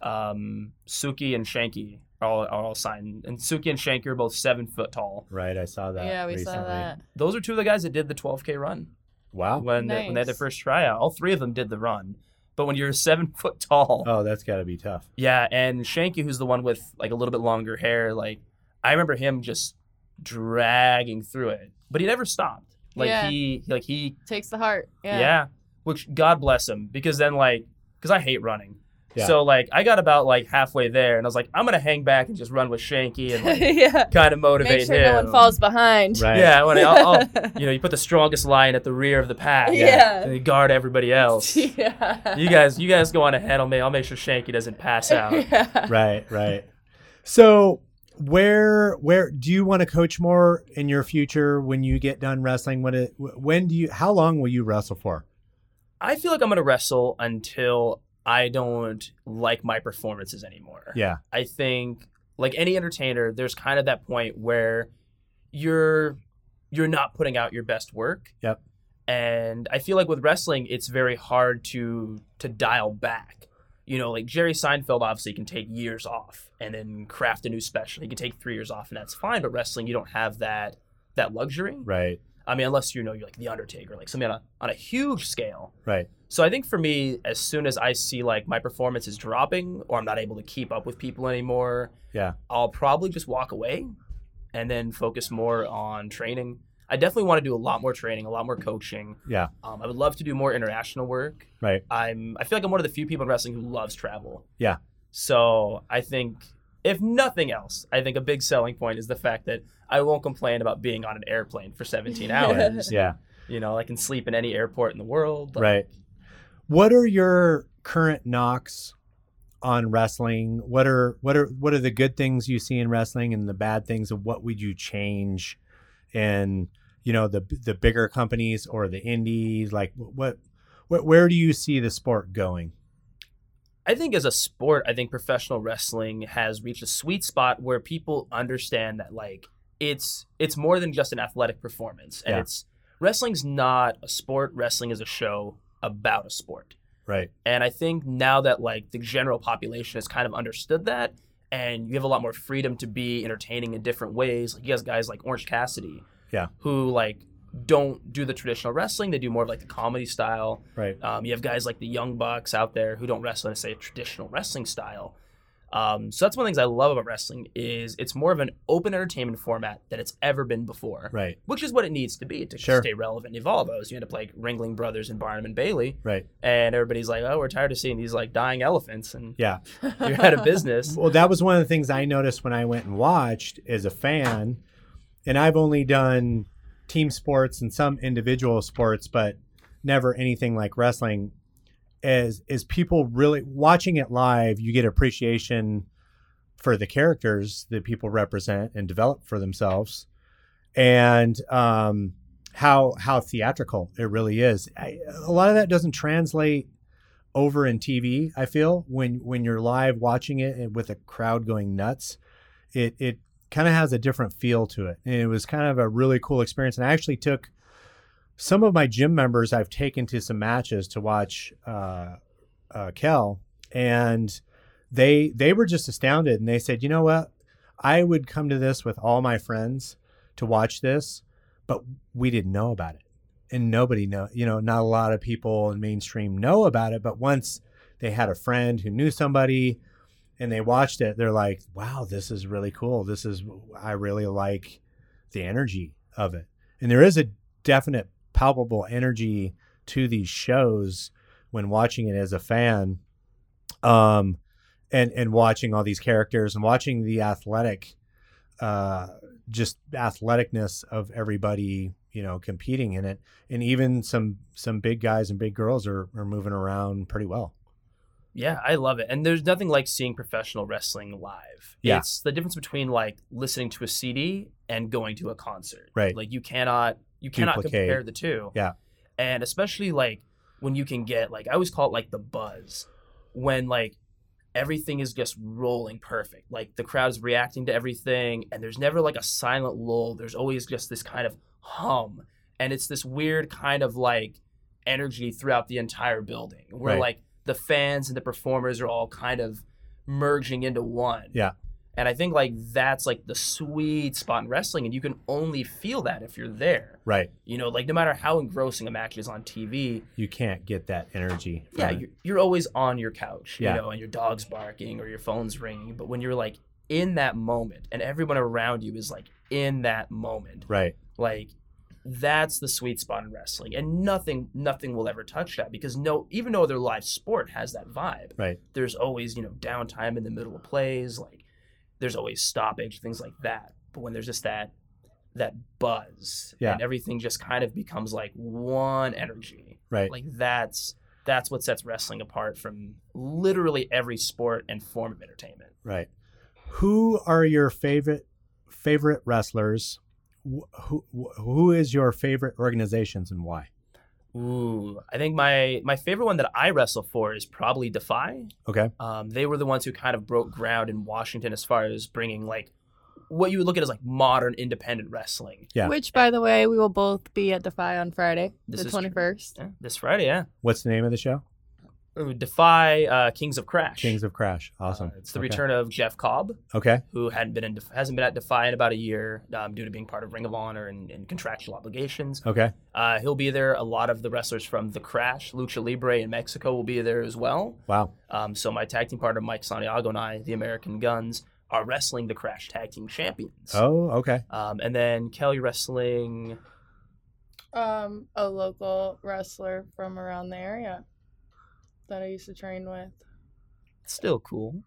[SPEAKER 2] um, Suki, and Shanky are all, are all signed, and Suki and Shanky are both seven foot tall.
[SPEAKER 1] Right. I saw that.
[SPEAKER 3] Yeah, we
[SPEAKER 1] recently.
[SPEAKER 3] saw that.
[SPEAKER 2] Those are two of the guys that did the 12k run
[SPEAKER 1] Wow. Oh,
[SPEAKER 2] when they, when they had their
[SPEAKER 3] Nice.
[SPEAKER 2] first tryout. All three of them did the run, But when you're seven foot tall,
[SPEAKER 1] Oh, that's got to be tough.
[SPEAKER 2] yeah, and Shanky, who's the one with like a little bit longer hair, like I remember him just dragging through it, but he never stopped. Like
[SPEAKER 3] Yeah.
[SPEAKER 2] he, like he,
[SPEAKER 3] Takes the heart.
[SPEAKER 2] yeah.
[SPEAKER 3] Yeah.
[SPEAKER 2] Which God bless him, because then like, because I hate running.
[SPEAKER 1] Yeah.
[SPEAKER 2] So like I got about like halfway there, and I was like, I'm gonna hang back and just run with Shanky and like,
[SPEAKER 3] yeah.
[SPEAKER 2] kind of motivate
[SPEAKER 3] Make sure
[SPEAKER 2] him. oh,
[SPEAKER 3] no one falls behind.
[SPEAKER 1] Right.
[SPEAKER 2] Yeah, I wanna, I'll, I'll- you know, you put the strongest lion at the rear of the pack.
[SPEAKER 3] Yeah.
[SPEAKER 2] And you guard everybody else. you
[SPEAKER 3] yeah.
[SPEAKER 2] guys, oh. you guys go on ahead on me. I'll make sure Shanky doesn't pass out.
[SPEAKER 3] Yeah.
[SPEAKER 1] Right. Right. So where where do you want to coach more in your future when you get done wrestling? When it when do you how long will you wrestle for?
[SPEAKER 2] I feel like I'm gonna wrestle until I don't like my performances anymore.
[SPEAKER 1] Yeah.
[SPEAKER 2] I think like any entertainer, there's kind of that point where you're you're not putting out your best work.
[SPEAKER 1] Yep.
[SPEAKER 2] And I feel like with wrestling, it's very hard to to dial back. You know, like Jerry Seinfeld obviously can take years off and then craft a new special. He can take three years off and that's fine, but wrestling you don't have that that luxury.
[SPEAKER 1] Right.
[SPEAKER 2] I mean, unless you know you're like the Undertaker, like something on a on a huge scale.
[SPEAKER 1] Right.
[SPEAKER 2] So I think for me, as soon as I see like my performance is dropping or I'm not able to keep up with people anymore,
[SPEAKER 1] Yeah.
[SPEAKER 2] I'll probably just walk away and then focus more on training. I definitely want to do a lot more training, a lot more coaching.
[SPEAKER 1] Yeah.
[SPEAKER 2] Um, I would love to do more international work.
[SPEAKER 1] Right.
[SPEAKER 2] I'm I feel like I'm one of the few people in wrestling who loves travel.
[SPEAKER 1] Yeah.
[SPEAKER 2] So I think if nothing else, I think a big selling point is the fact that I won't complain about being on an airplane for 17 hours.
[SPEAKER 1] Yeah.
[SPEAKER 2] You know, I can sleep in any airport in the world. Like,
[SPEAKER 1] Right. What are your current knocks on wrestling? What are what are what are the good things you see in wrestling and the bad things and what would you change in you know the the bigger companies or the indies like what what where do you see the sport going?
[SPEAKER 2] I think as a sport, I think professional wrestling has reached a sweet spot where people understand that like it's it's more than just an athletic performance. And
[SPEAKER 1] Yeah.
[SPEAKER 2] it's wrestling's not a sport, wrestling is a show about a sport.
[SPEAKER 1] Right.
[SPEAKER 2] And I think now that like the general population has kind of understood that and you have a lot more freedom to be entertaining in different ways. Like you guys guys like Orange Cassidy.
[SPEAKER 1] Yeah.
[SPEAKER 2] Who like don't do the traditional wrestling, they do more of like the comedy style.
[SPEAKER 1] Right.
[SPEAKER 2] Um, you have guys like the Young Bucks out there who don't wrestle in say a traditional wrestling style. Um, so that's one of the things I love about wrestling is it's more of an open entertainment format than it's ever been before,
[SPEAKER 1] Right.
[SPEAKER 2] which is what it needs to be to
[SPEAKER 1] Sure.
[SPEAKER 2] stay relevant and evolve. Otherwise, you end up like Ringling Brothers and Barnum and Bailey,
[SPEAKER 1] Right.
[SPEAKER 2] and everybody's like, "Oh, we're tired of seeing these like dying elephants," and
[SPEAKER 1] Yeah.
[SPEAKER 2] you're out of business.
[SPEAKER 1] Well, that was one of the things I noticed when I went and watched as a fan, and I've only done team sports and some individual sports, but never anything like wrestling. Is is people really watching it live? You get appreciation for the characters that people represent and develop for themselves, and um, how how theatrical it really is. I, a lot of that doesn't translate over in TV. I feel when when you're live watching it and with a crowd going nuts, it it kind of has a different feel to it, and it was kind of a really cool experience. And I actually took some of my gym members I've taken to some matches to watch uh, uh, Kel, and they they were just astounded, and they said, you know what, I would come to this with all my friends to watch this, but we didn't know about it and nobody know you know not a lot of people in mainstream know about it but once they had a friend who knew somebody and they watched it they're like wow this is really cool this is i really like the energy of it and there is a definite palpable energy to these shows when watching it as a fan um and and watching all these characters and watching the athletic uh just athleticness of everybody you know competing in it and even some some big guys and big girls are, are moving around pretty well
[SPEAKER 2] Yeah, I love it. And there's nothing like seeing professional wrestling live.
[SPEAKER 1] Yeah.
[SPEAKER 2] It's the difference between like listening to a CD and going to a concert.
[SPEAKER 1] Right.
[SPEAKER 2] Like you cannot you cannot
[SPEAKER 1] Duplicate.
[SPEAKER 2] compare the two.
[SPEAKER 1] Yeah.
[SPEAKER 2] And especially like when you can get like I always call it like the buzz when like everything is just rolling perfect. Like the crowd's reacting to everything and there's never like a silent lull. There's always just this kind of hum and it's this weird kind of like energy throughout the entire building where
[SPEAKER 1] Right.
[SPEAKER 2] like the fans and the performers are all kind of merging into one.
[SPEAKER 1] Yeah.
[SPEAKER 2] And I think like that's like the sweet spot in wrestling, and you can only feel that if you're there.
[SPEAKER 1] Right.
[SPEAKER 2] You know, like no matter how engrossing a match is on TV,
[SPEAKER 1] You can't get that energy. from
[SPEAKER 2] yeah,
[SPEAKER 1] it.
[SPEAKER 2] you're, you're always on your couch,
[SPEAKER 1] Yeah.
[SPEAKER 2] you know, and your dog's barking or your phone's ringing. But when you're like in that moment, and everyone around you is like in that moment,
[SPEAKER 1] right.
[SPEAKER 2] like that's the sweet spot in wrestling, and nothing, nothing will ever touch that because no, even no other live sport has that vibe
[SPEAKER 1] Right.
[SPEAKER 2] there's always you know downtime in the middle of plays like there's always stoppage things like that but when there's just that that buzz
[SPEAKER 1] Yeah.
[SPEAKER 2] and everything just kind of becomes like one energy
[SPEAKER 1] Right.
[SPEAKER 2] like that's that's what sets wrestling apart from literally every sport and form of entertainment
[SPEAKER 1] Right. Who are your favorite favorite wrestlers? Wh- Who wh- who is your favorite organizations and why?
[SPEAKER 2] ooh i think my my favorite one that i wrestle for is probably defy
[SPEAKER 1] Okay.
[SPEAKER 2] um, they were the ones who kind of broke ground in washington as far as bringing like what you would look at as like modern independent wrestling
[SPEAKER 1] Yeah.
[SPEAKER 3] Which, by the way, we will both be at Defy on Friday,
[SPEAKER 2] This
[SPEAKER 3] the
[SPEAKER 2] is true.
[SPEAKER 3] 21st.
[SPEAKER 2] Yeah, this friday yeah
[SPEAKER 1] What's the name of the show?
[SPEAKER 2] Ooh, Defy uh, Kings of Crash.
[SPEAKER 1] Kings of Crash. Awesome.
[SPEAKER 2] Uh, it's the
[SPEAKER 1] Okay.
[SPEAKER 2] return of Jeff Cobb,
[SPEAKER 1] Okay.
[SPEAKER 2] who hadn't been in Def- hasn't been at Defy in about a year um, due to being part of Ring of Honor and, and contractual obligations.
[SPEAKER 1] Okay.
[SPEAKER 2] Uh, he'll be there. A lot of the wrestlers from The Crash, Lucha Libre in Mexico, will be there as well.
[SPEAKER 1] Wow.
[SPEAKER 2] Um, so my tag team partner Mike Santiago and I, the American Guns, are wrestling the Crash Tag Team Champions.
[SPEAKER 1] Oh, okay.
[SPEAKER 2] Um, and then Kelly wrestling.
[SPEAKER 3] Um, a local wrestler from around the area that I used to train with.
[SPEAKER 2] Still cool.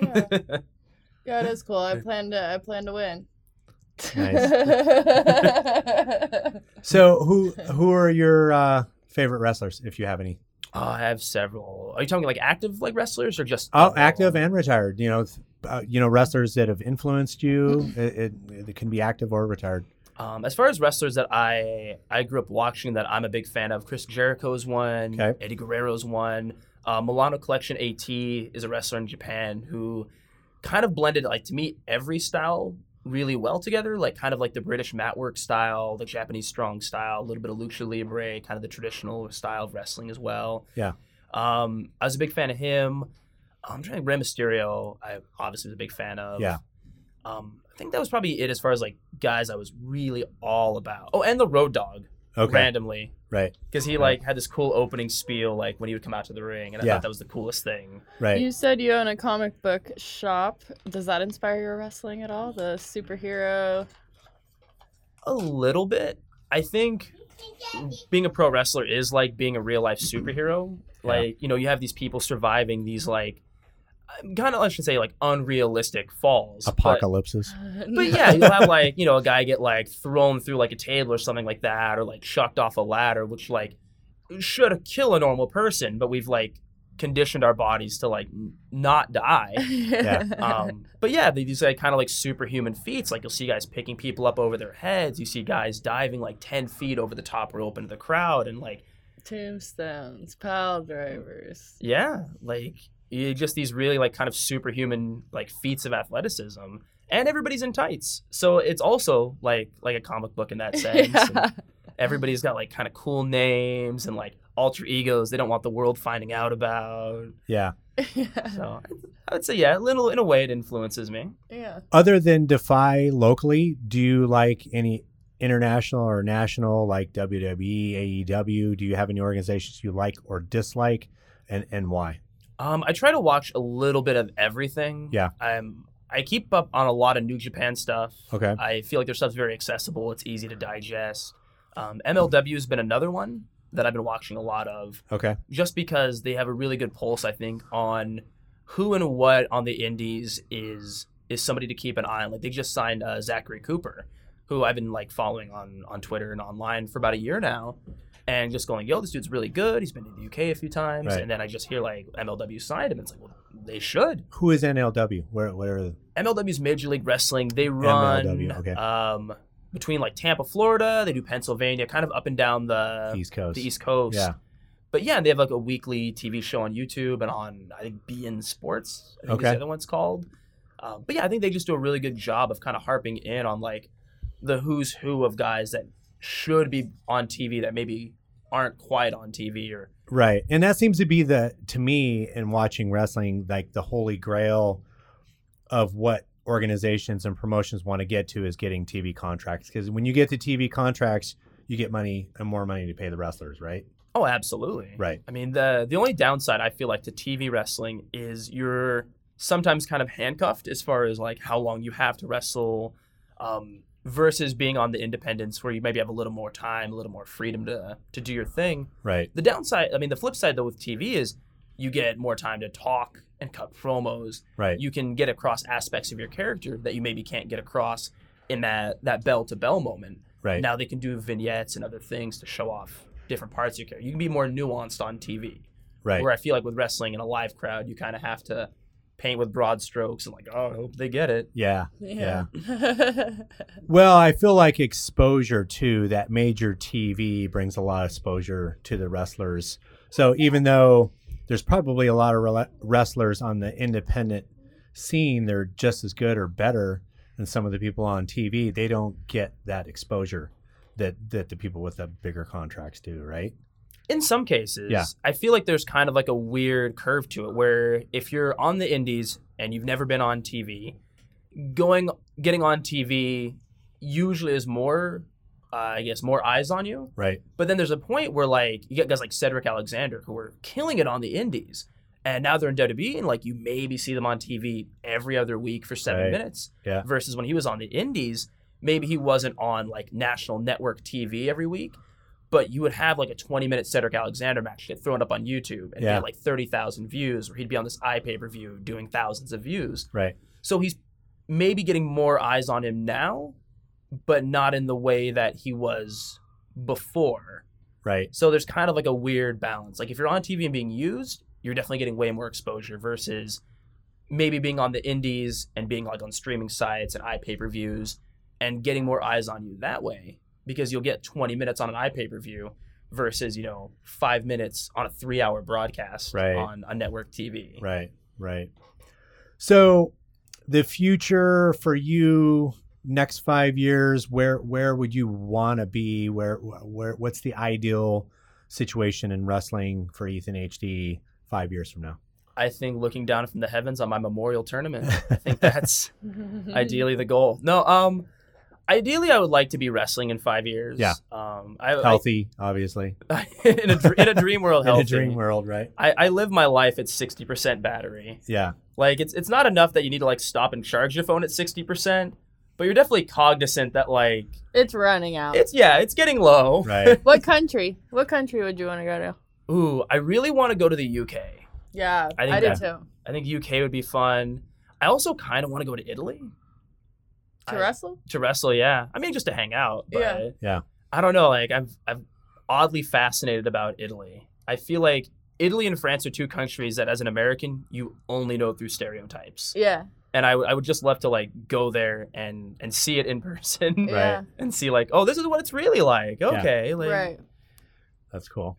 [SPEAKER 3] Yeah, yeah, it is cool. I plan to. I plan to win.
[SPEAKER 1] So who who are your uh, favorite wrestlers if you have any?
[SPEAKER 2] Oh, I have several. Are you talking like active like wrestlers or just
[SPEAKER 1] Oh, active and retired. You know, th- uh, you know wrestlers that have influenced you. It, it, it can be active or retired.
[SPEAKER 2] Um, as far as wrestlers that I I grew up watching that I'm a big fan of, Chris Jericho's one,
[SPEAKER 1] Okay.
[SPEAKER 2] Eddie Guerrero's one, uh, Milano Collection AT is a wrestler in Japan who kind of blended like to me every style really well together, like kind of like the British mat work style, the Japanese strong style, a little bit of lucha libre, kind of the traditional style of wrestling as well.
[SPEAKER 1] Yeah.
[SPEAKER 2] Um, I was a big fan of him. I'm trying to Rey Mysterio. I obviously was a big fan of.
[SPEAKER 1] Yeah.
[SPEAKER 2] Um, I think that was probably it as far as like guys I was really all about. Oh, and the Road Dog
[SPEAKER 1] Okay.
[SPEAKER 2] randomly
[SPEAKER 1] Right.
[SPEAKER 2] because he
[SPEAKER 1] Right.
[SPEAKER 2] like had this cool opening spiel like when he would come out to the ring, and I
[SPEAKER 1] Yeah.
[SPEAKER 2] thought that was the coolest thing.
[SPEAKER 1] Right.
[SPEAKER 3] You said you own a comic book shop. Does that inspire your wrestling at all? The superhero.
[SPEAKER 2] A little bit, I think. Being a pro wrestler is like being a real life superhero.
[SPEAKER 1] Yeah.
[SPEAKER 2] Like you know, you have these people surviving these like kind of I should say like unrealistic falls. but-
[SPEAKER 1] Apocalypses.
[SPEAKER 2] But yeah, you'll have like, you know, a guy get like thrown through like a table or something like that, or like shucked off a ladder, which like should kill a normal person, but we've like conditioned our bodies to like n- not die. Um, but yeah, they- these like kind of like superhuman feats. Like you'll see guys picking people up over their heads. You see guys diving like ten feet over the top rope into the crowd, and like
[SPEAKER 3] Tombstones, pile drivers.
[SPEAKER 2] yeah, like you just these really like kind of superhuman like feats of athleticism. And everybody's in tights, so it's also like like a comic book in that sense. And- everybody's got like kind of cool names and like alter egos they don't want the world finding out about.
[SPEAKER 1] Yeah.
[SPEAKER 2] So I would say yeah, a little in a way it influences me.
[SPEAKER 3] yeah.
[SPEAKER 1] Other than Defy locally, do you like any international or national like E, WWE, AEW? Do you have any organizations you like or dislike, and and why?
[SPEAKER 2] Um, I try to watch a little bit of everything.
[SPEAKER 1] Yeah.
[SPEAKER 2] I'm I keep up on a lot of New Japan stuff.
[SPEAKER 1] Okay.
[SPEAKER 2] I feel like their stuff's very accessible. It's easy to digest. Um, MLW has been another one that I've been watching a lot of.
[SPEAKER 1] Okay.
[SPEAKER 2] just because they have a really good pulse, I think, on who and what on the indies is is somebody to keep an eye on. Like they just signed uh, Zachary Cooper, who I've been like following on on Twitter and online for about a year now, and just going, yo, this dude's really good. He's been to the UK a few times,
[SPEAKER 1] Right.
[SPEAKER 2] and then I just hear like MLW signed him. It's like, well, they should.
[SPEAKER 1] Who is NLW? Where where are the
[SPEAKER 2] MLW's Major League Wrestling. They run
[SPEAKER 1] MLW, okay.
[SPEAKER 2] um, between like Tampa, Florida. They do Pennsylvania, kind of up and down the
[SPEAKER 1] East Coast?
[SPEAKER 2] Uh, the East Coast.
[SPEAKER 1] Yeah.
[SPEAKER 2] But yeah, they have like a weekly TV show on YouTube and on I think BN Sports. I think is
[SPEAKER 1] Okay.
[SPEAKER 2] the other one's called. Um, but yeah, I think they just do a really good job of kind of harping in on like the who's who of guys that should be on TV that maybe aren't quite on TV or
[SPEAKER 1] Right. And that seems to be the to me in watching wrestling like the holy grail of what organizations and promotions want to get to is getting TV contracts because when you get to TV contracts, you get money and more money to pay the wrestlers, right?
[SPEAKER 2] Oh, absolutely.
[SPEAKER 1] Right.
[SPEAKER 2] I mean, the the only downside I feel like to TV wrestling is you're sometimes kind of handcuffed as far as like how long you have to wrestle, um, versus being on the independents where you maybe have a little more time, a little more freedom to to do your thing.
[SPEAKER 1] Right.
[SPEAKER 2] The downside, I mean, the flip side though with TV is you get more time to talk and cut promos.
[SPEAKER 1] Right.
[SPEAKER 2] You can get across aspects of your character that you maybe can't get across in that that bell to bell moment.
[SPEAKER 1] right.
[SPEAKER 2] Now they can do vignettes and other things to show off different parts of your character. You can be more nuanced on TV.
[SPEAKER 1] right.
[SPEAKER 2] Where I feel like with wrestling in a live crowd, you kind of have to paint with broad strokes and like, oh, I hope they get it.
[SPEAKER 1] Yeah. Yeah.
[SPEAKER 3] yeah.
[SPEAKER 1] Well, I feel like exposure to that major TV brings a lot of exposure to the wrestlers. So even though there's probably a lot of rela- wrestlers on the independent scene, they're just as good or better than some of the people on TV. They don't get that exposure that that the people with the bigger contracts do, right?
[SPEAKER 2] In some cases,
[SPEAKER 1] Yeah.
[SPEAKER 2] I feel like there's kind of like a weird curve to it where if you're on the indies and you've never been on TV, going getting on TV usually is more uh, I guess more eyes on you.
[SPEAKER 1] Right.
[SPEAKER 2] But then there's a point where like you get guys like Cedric Alexander who were killing it on the indies, and now they're in WWE, and like you maybe see them on TV every other week for seven
[SPEAKER 1] Right.
[SPEAKER 2] minutes.
[SPEAKER 1] Yeah.
[SPEAKER 2] Versus when he was on the indies, maybe he wasn't on like national network TV every week, but you would have like a 20 minute Cedric Alexander match get thrown up on YouTube and
[SPEAKER 1] Yeah.
[SPEAKER 2] get like 30,000 views, or he'd be on this iPay per view doing thousands of views.
[SPEAKER 1] Right.
[SPEAKER 2] So he's maybe getting more eyes on him now, but not in the way that he was before.
[SPEAKER 1] Right.
[SPEAKER 2] So there's kind of like a weird balance. Like if you're on TV and being used, you're definitely getting way more exposure versus maybe being on the indies and being like on streaming sites and iPay-per-views and getting more eyes on you that way because you'll get 20 minutes on an iPay-per-view versus, you know, 5 minutes on a 3-hour broadcast
[SPEAKER 1] Right.
[SPEAKER 2] on a network TV.
[SPEAKER 1] Right, right. So the future for you next 5 years where where would you want to be where where what's the ideal situation in wrestling for Ethan HD 5 years from now?
[SPEAKER 2] I think looking down from the heavens on my memorial tournament, I think that's ideally the goal. No, um, ideally I would like to be wrestling in five years.
[SPEAKER 1] Yeah.
[SPEAKER 2] Um, I, I
[SPEAKER 1] Healthy, obviously.
[SPEAKER 2] in a dr- in a dream world
[SPEAKER 1] In
[SPEAKER 2] healthy.
[SPEAKER 1] a dream world, right?
[SPEAKER 2] I, I live my life at sixty percent battery.
[SPEAKER 1] Yeah.
[SPEAKER 2] Like it's it's not enough that you need to like stop and charge your phone at sixty percent, but you're definitely cognizant that like
[SPEAKER 3] it's running out.
[SPEAKER 2] it's yeah it's getting low.
[SPEAKER 1] Right.
[SPEAKER 3] what country? What country would you want to go to?
[SPEAKER 2] Ooh, I really want to go to the UK.
[SPEAKER 3] Yeah,
[SPEAKER 2] I think
[SPEAKER 3] I do
[SPEAKER 2] that-
[SPEAKER 3] too.
[SPEAKER 2] I think UK would be fun. I also kind of want to go to Italy.
[SPEAKER 3] To
[SPEAKER 2] I-
[SPEAKER 3] wrestle?
[SPEAKER 2] to wrestle. Yeah, I mean just to hang out. But
[SPEAKER 3] Yeah.
[SPEAKER 1] Yeah.
[SPEAKER 2] I don't know. Like I'm, I'm oddly fascinated about Italy. I feel like Italy and France are two countries that, as an American, you only know through stereotypes.
[SPEAKER 3] Yeah,
[SPEAKER 2] And I, would- I would just love to like go there and and see it in person
[SPEAKER 3] yeah,
[SPEAKER 2] and see like, oh, this is what it's really like. Okay, like
[SPEAKER 3] right.
[SPEAKER 1] That's cool.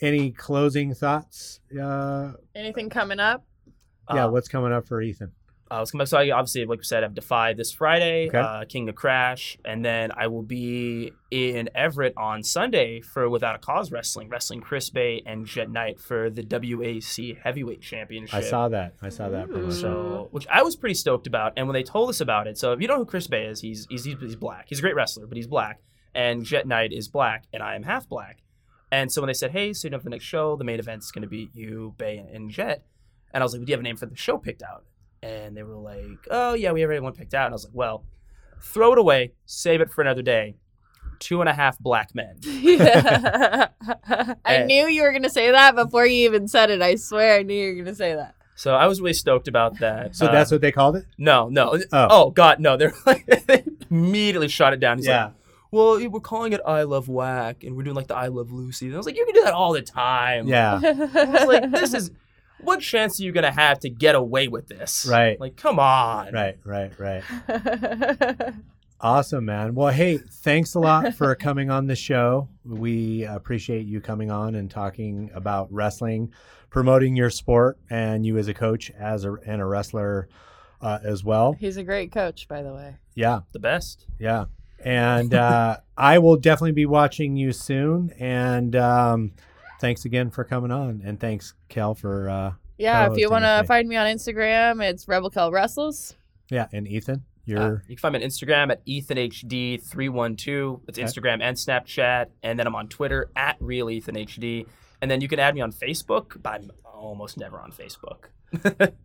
[SPEAKER 1] Any closing thoughts? Uh,
[SPEAKER 3] Anything coming up?
[SPEAKER 1] yeah,
[SPEAKER 2] uh,
[SPEAKER 1] what's coming up for Ethan?
[SPEAKER 2] Uh, let's come back. So I, obviously, like we said, I have Defy this Friday,
[SPEAKER 1] Okay.
[SPEAKER 2] uh, King of Crash, and then I will be in Everett on Sunday for Without a Cause Wrestling, wrestling Chris Bay and Jet Knight for the WAC Heavyweight Championship.
[SPEAKER 1] I saw that. I saw that
[SPEAKER 3] Ooh.
[SPEAKER 1] promotion.
[SPEAKER 2] So, which I was pretty stoked about, and when they told us about it, so if you know who Chris Bay is, he's he's he's, he's black. He's a great wrestler, but he's black, and Jet Knight is black, and I am half black. And so when they said, "Hey, so you know for the next show, the main event's going to be you, Bay, and, and Jet," and I was like, "Do you have a name for the show picked out?" And they were like, "Oh yeah, we have everyone picked out." And I was like, "Well, throw it away, save it for another day." Two and a half black men.
[SPEAKER 3] Yeah. I
[SPEAKER 2] Hey.
[SPEAKER 3] knew you were gonna say that before you even said it. I swear, I knew you were gonna say that.
[SPEAKER 2] So I was really stoked about that.
[SPEAKER 1] So
[SPEAKER 2] Uh,
[SPEAKER 1] that's what they called it?
[SPEAKER 2] no, no.
[SPEAKER 1] Oh.
[SPEAKER 2] Oh, God, no! They're like they immediately shot it down. He's like, well, we're calling it I Love Whack, and we're doing like the I Love Lucy. And I was like, you can do that all the time.
[SPEAKER 1] Yeah.
[SPEAKER 2] I was like, this is what chance are you gonna have to get away with this?
[SPEAKER 1] Right.
[SPEAKER 2] Like, come on.
[SPEAKER 1] Right, right, right. Awesome, man. Well, hey, thanks a lot for coming on the show. We appreciate you coming on and talking about wrestling, promoting your sport, and you as a coach, as a, and a wrestler uh, as well.
[SPEAKER 3] He's a great coach, by the way.
[SPEAKER 1] Yeah,
[SPEAKER 2] The best.
[SPEAKER 1] yeah. And uh, I will definitely be watching you soon. And um, thanks again for coming on, and thanks, Kel, for uh,
[SPEAKER 3] Yeah, if
[SPEAKER 1] Co-hosting
[SPEAKER 3] you want
[SPEAKER 1] with
[SPEAKER 3] to
[SPEAKER 1] me.
[SPEAKER 3] find me on Instagram, it's Rebel Kel Wrestles.
[SPEAKER 1] Yeah, and Ethan,
[SPEAKER 2] Uh,
[SPEAKER 1] you're
[SPEAKER 2] you can find me on Instagram at EthanHD312. It's
[SPEAKER 1] Okay.
[SPEAKER 2] Instagram and Snapchat. And then I'm on Twitter at RealEthanHD. And then you can add me on Facebook, but I'm almost never on Facebook.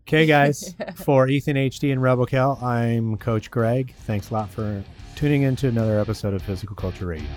[SPEAKER 1] okay, guys. for Ethan HD and Rebel Cal, I'm Coach Greg. Thanks a lot for tuning in to another episode of Physical Culture Radio.